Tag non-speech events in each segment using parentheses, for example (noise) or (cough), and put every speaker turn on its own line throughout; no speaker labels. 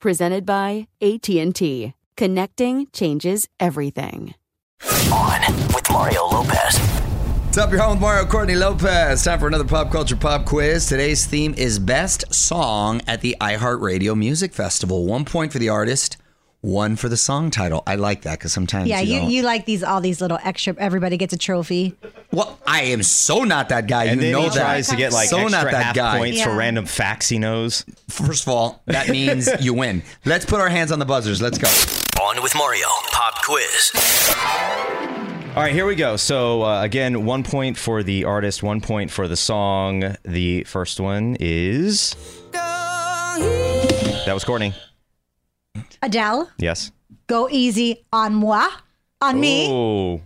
presented by AT&T. Connecting changes everything.
On with Mario Lopez.
What's up? You're home with Mario Courtney Lopez. Time for another pop culture pop quiz. Today's theme is best song at the iHeartRadio Music Festival. One point for the artist, one for the song title. I like that because sometimes
Yeah, you,
don't-
you like these all these little extra. Everybody gets a trophy.
Well, I am so not that guy.
And
you
then
know
he
that.
tries to get like
so
extra
not that
half
guy.
points for
Yeah.
random facts he knows.
First of all, that
(laughs)
means you win. Let's put our hands on the buzzers. Let's go.
On with Mario. Pop quiz.
All right, here we go. So uh, again, one point for the artist, one point for the song. The first one is that was Courtney.
Adele,
Yes.
go easy on moi, on me.
Oh,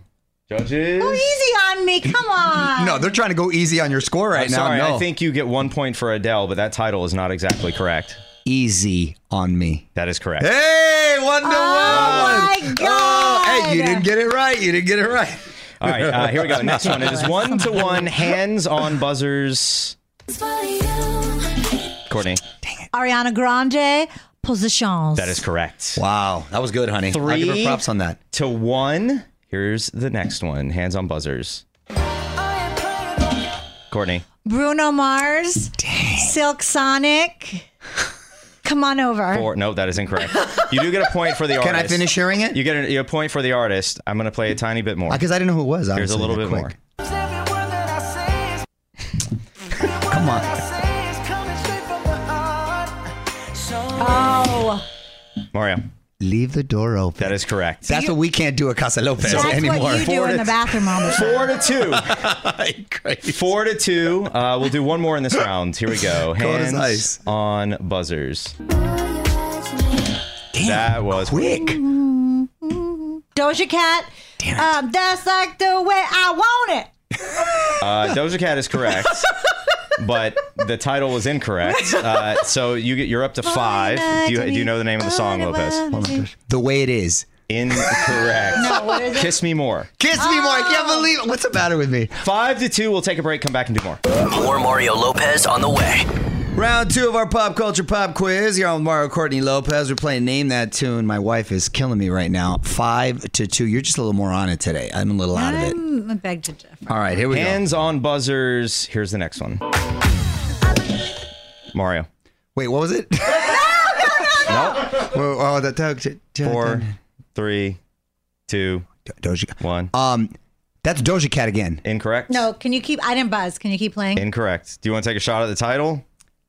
judges.
Go easy on me. Come on.
No, they're trying to go easy on your score right
I'm
now.
sorry,
no.
I think you get one point for Adele, but that title is not exactly correct.
easy on me.
That is correct.
Hey, one to one.
Oh my
Oh, hey, you
God.
didn't get it right. You didn't get it right.
All right, uh, here we go. Next one It is one to one, hands on buzzers. Courtney,
Ariana Grande, positions.
that is correct.
Wow, that was good, honey. I'll give her
Three.
props on that.
To one. Here's the next one. Hands on buzzers. Courtney.
Bruno Mars, Silk Sonic. Come on over.
Four. No, that is incorrect. You do get a point for the artist.
Can I finish hearing it?
You get a, you get a point for the artist. I'm going to play a tiny bit more.
Because Uh, I didn't know who it was.
Here's a
obviously,
little
that
bit
quick.
more.
Come on.
Oh,
Mario.
Leave the door open.
That is correct.
That's what we can't do at Casa Lopez
that's
anymore.
what you
(laughs)
do in the bathroom all
(laughs)
the time.
Four to two.
Great.
Four to two. Uh, we'll do one more in this round. Here we go.
(laughs) Cold as
Hands
ice.
on buzzers. that was
Quick.
Doja Cat. Um, that's like the way I want it.
Uh, Doja Cat is correct, (laughs) but the title was
(laughs)
incorrect. Uh, so you get you're up to five. Do you, do you know the name of the song, Lopez?
The way it is.
Incorrect. Kiss me more.
Kiss me more. I can't believe it. What's the matter with me?
Five to two. We'll take a break. Come back and do more.
More Mario Lopez on the way.
Round two of our pop culture pop quiz. You're on with Mario Courtney Lopez. We're playing Name That Tune. My wife is killing me right now. Five to two. You're just a little more on it today. I'm a little out of it.
I'm a beg to differ.
All right, here we go.
Hands on buzzers. Here's the next one. Mario.
Wait, what was it? (laughs)
Nope.
Whoa, oh, that tug.
Four, three, two,
Doja. Cat.
one.
Um, that's Doja Cat again.
Incorrect.
No, can you keep? I didn't buzz. Can you keep playing?
Incorrect. Do you want to take a shot at the title?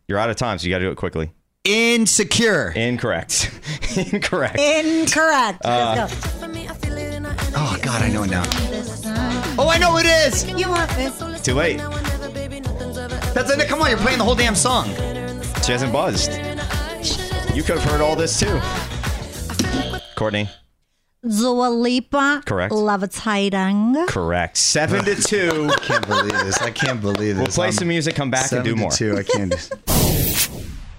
You're out of time, so you got to do it quickly.
Insecure.
Incorrect. (laughs) Incorrect.
Eh. Incorrect. Let's
Uh,
go.
Oh God, I know it now. Oh, I know it is.
You want this?
Too late.
That's it. Come on, you're playing the whole damn song.
She hasn't buzzed. You could have heard all this too. Courtney.
Dua Lipa.
Correct.
Levitating.
Correct. Seven to
(laughs)
two.
I can't believe this. I can't believe this.
We'll play
I'm
some music, come back,
seven
and do
to
more.
Two. I can't. just-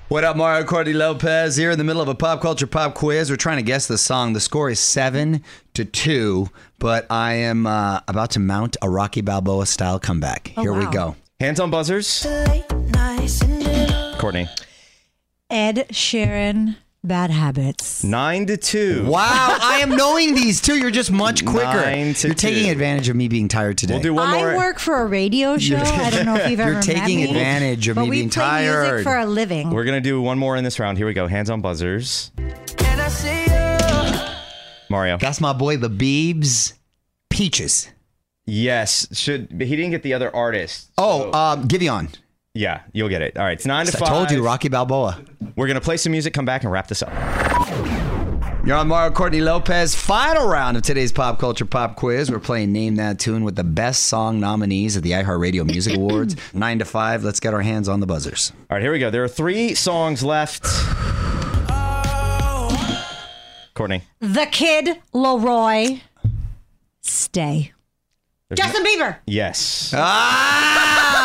What up, Mario Cordy Lopez? Here in the middle of a pop culture pop quiz. We're trying to guess the song. The score is seven to two, but I am uh, about to mount a Rocky Balboa style comeback. Here we
wow.
go.
Hands on buzzers. Courtney.
Ed Sheeran. Bad habits.
Nine to two.
Wow, I am knowing these two. You're just much quicker.
Nine to
You're taking
two.
advantage of me being tired today.
We'll do one
I
more.
work for a radio show. I don't know if
(laughs)
you've
You're
ever
taking
met me,
advantage of
but
me
we
being
play
tired.
Music for a living.
We're gonna do one more in this round. Here we go. Hands on buzzers. Mario.
That's my boy, the Beebs. Peaches.
Yes. Should but he didn't get the other artist.
Oh, um, Giveon.
Yeah, you'll get it. All right, it's nine to
I
five.
told you, Rocky Balboa.
We're gonna play some music, come back, and wrap this up.
You're on Mario Courtney Lopez. Final round of today's pop culture pop quiz. We're playing Name That Tune with the best song nominees at the iHeartRadio Music Awards. (clears throat) Nine to five. Let's get our hands on the buzzers.
All right, here we go. There are three songs left. Courtney.
The Kid Leroy. Stay. Justin Bieber.
Yes. (laughs)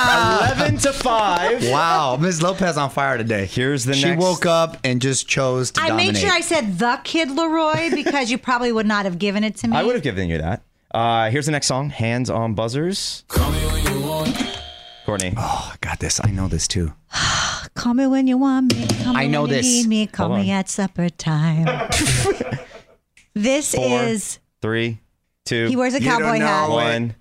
Ah!
Eleven to five.
wow, Ms. Lopez on fire today.
Here's the
She
next-
woke up and just chose to
I
dominate.
made sure I said the Kid
(laughs)
Leroy because you probably would not have given it to me.
I would have given you that. Uh, here's the next song. Hands on buzzers. Courtney.
oh, I got this. I know this too.
Call me when you want me. Call me
I know
when you
this.
Need me. Call
Hold
me
on.
at supper
(laughs)
time. this
Four.
is
Three, two,
he wears a
You don't
cowboy
know
hat.
what-
one.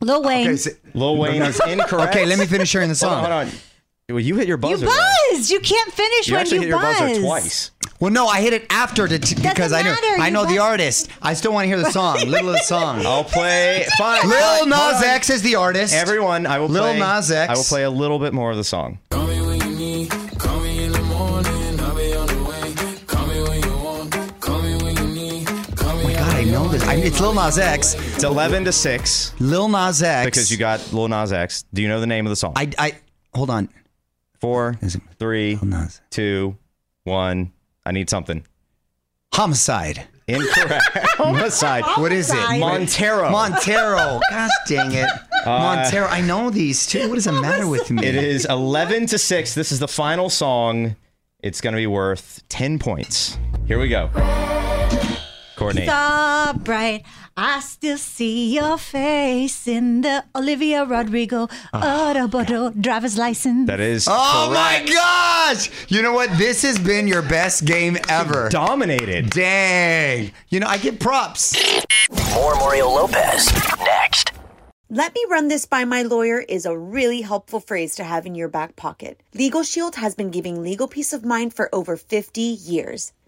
Lil Wayne.
Okay, so- (laughs)
Lil Wayne is incorrect.
okay, let me finish hearing the
Hold
song.
on. Hold on. Well, you hit your
you
buzzer. though.
buzzed. You can't finish
You
when
actually
you
hit your
buzz.
buzzer twice.
Well, no, I hit it after to t- because I know
matter,
I
you
know the
guys-
artist. I still want to hear the song, little
(laughs)
of the song.
I'll play.
(laughs)
Fine.
Lil
fine,
Nas
fine.
X is the artist.
Everyone, I will
Lil
play.
Nas X.
I will play a little bit more of the song.
God, I know this. I, it's Lil Nas X.
It's eleven to six
Lil Nas X.
because you got Lil Nas X. Do you know the name of the song?
I I hold on.
Four,
Is it-
three,
Lil Nas.
two, one. I need something.
Homicide. (laughs)
Incorrect.
Oh
Homicide.
What is it?
Montero.
Montero. Gosh dang it. Montero. I know these two. What does it matter with me?
Uh, It is eleven to six. This is the final song. It's gonna be worth ten points. Here we go. Courtney.
Star bright. I still see your face in the Olivia Rodrigo Autobodo driver's license.
Ah, That is.
Oh
correct.
my gosh! You know what? This has been your best game ever.
Dominated.
Dang. You know, I get props.
More Mario Lopez next.
Let me run this by my lawyer is a really helpful phrase to have in your back pocket. Legal Shield has been giving legal peace of mind for over 50 years.